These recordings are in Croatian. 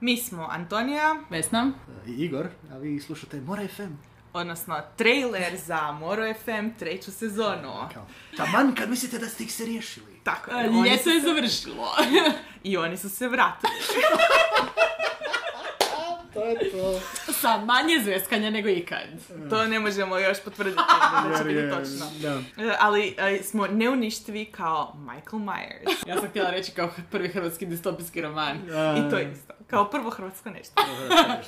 Mi smo Antonija, Vesna. I Igor, a vi slušate More FM. odnosno trailer za Moro FM treću sezonu. Kao, taman kad mislite da ste ih se riješili. Tako je. oni E, Ljeto su- je završilo. I oni su se vratili. To je to. Sa manje zveskanja nego ikad. To ne možemo još potvrditi. da će biti točno. Da. E, Ali e, smo neuništivi kao Michael Myers. Ja sam htjela reći kao prvi hrvatski distopijski roman. I to E. je isto. Kao prvo hrvatsko nešto.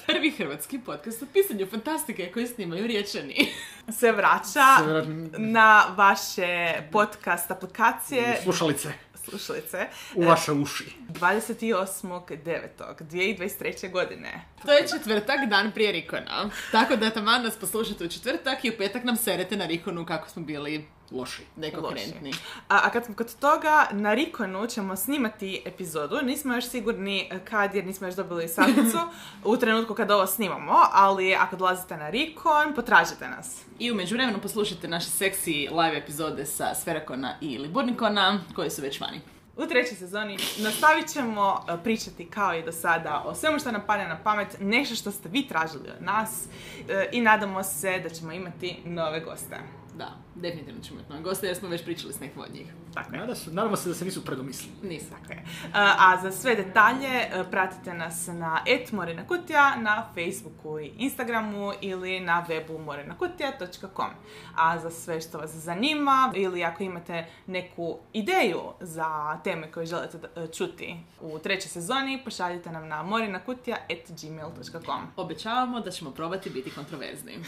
Prvi hrvatski podcast o pisanju fantastike koji snimaju riječani. Se vraća na vaše podcast aplikacije, Slušalice slušalice, u vaše uši. 28.9.2023. godine. To je četvrtak, dan prije Rikona. Tako da taman nas poslušate u četvrtak i u petak nam serete na Rikonu kako smo bili Loši. nekonkurentni. A, a kad smo kod toga, na Rikonu ćemo snimati epizodu, nismo još sigurni eh, kad jer nismo još dobili satnicu u trenutku kad ovo snimamo, ali ako dolazite na Rikon, potražite nas. I u međuvremenu poslušajte naše seksi live epizode sa Sferakona i Liburnikona koji su već vani. U trećoj sezoni nastavit ćemo e, pričati kao i do sada o svemu što nam padne na pamet, nešto što ste vi tražili od nas e, i nadamo se da ćemo imati nove goste. Da, definitivno ćemo imati nove goste jer smo već pričali s nekim od njih. Tako je. Nada su, nadamo se da se nisu predomislili. Nisam. Tako je. E, A za sve detalje e, pratite nas na et Morena Kutija, na Facebooku i Instagramu ili na webu morenakutija.com. A za sve što vas zanima ili ako imate neku ideju za teme koje želite da- e, čuti u trećoj sezoni, pošaljite nam na morenakutija.gmail.com. Obećavamo da ćemo probati biti kontroverzni.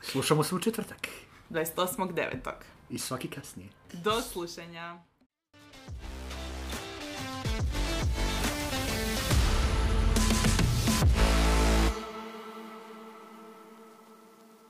Slušamo se u četvrtak. 28.9. I svaki kasnije. Do slušanja!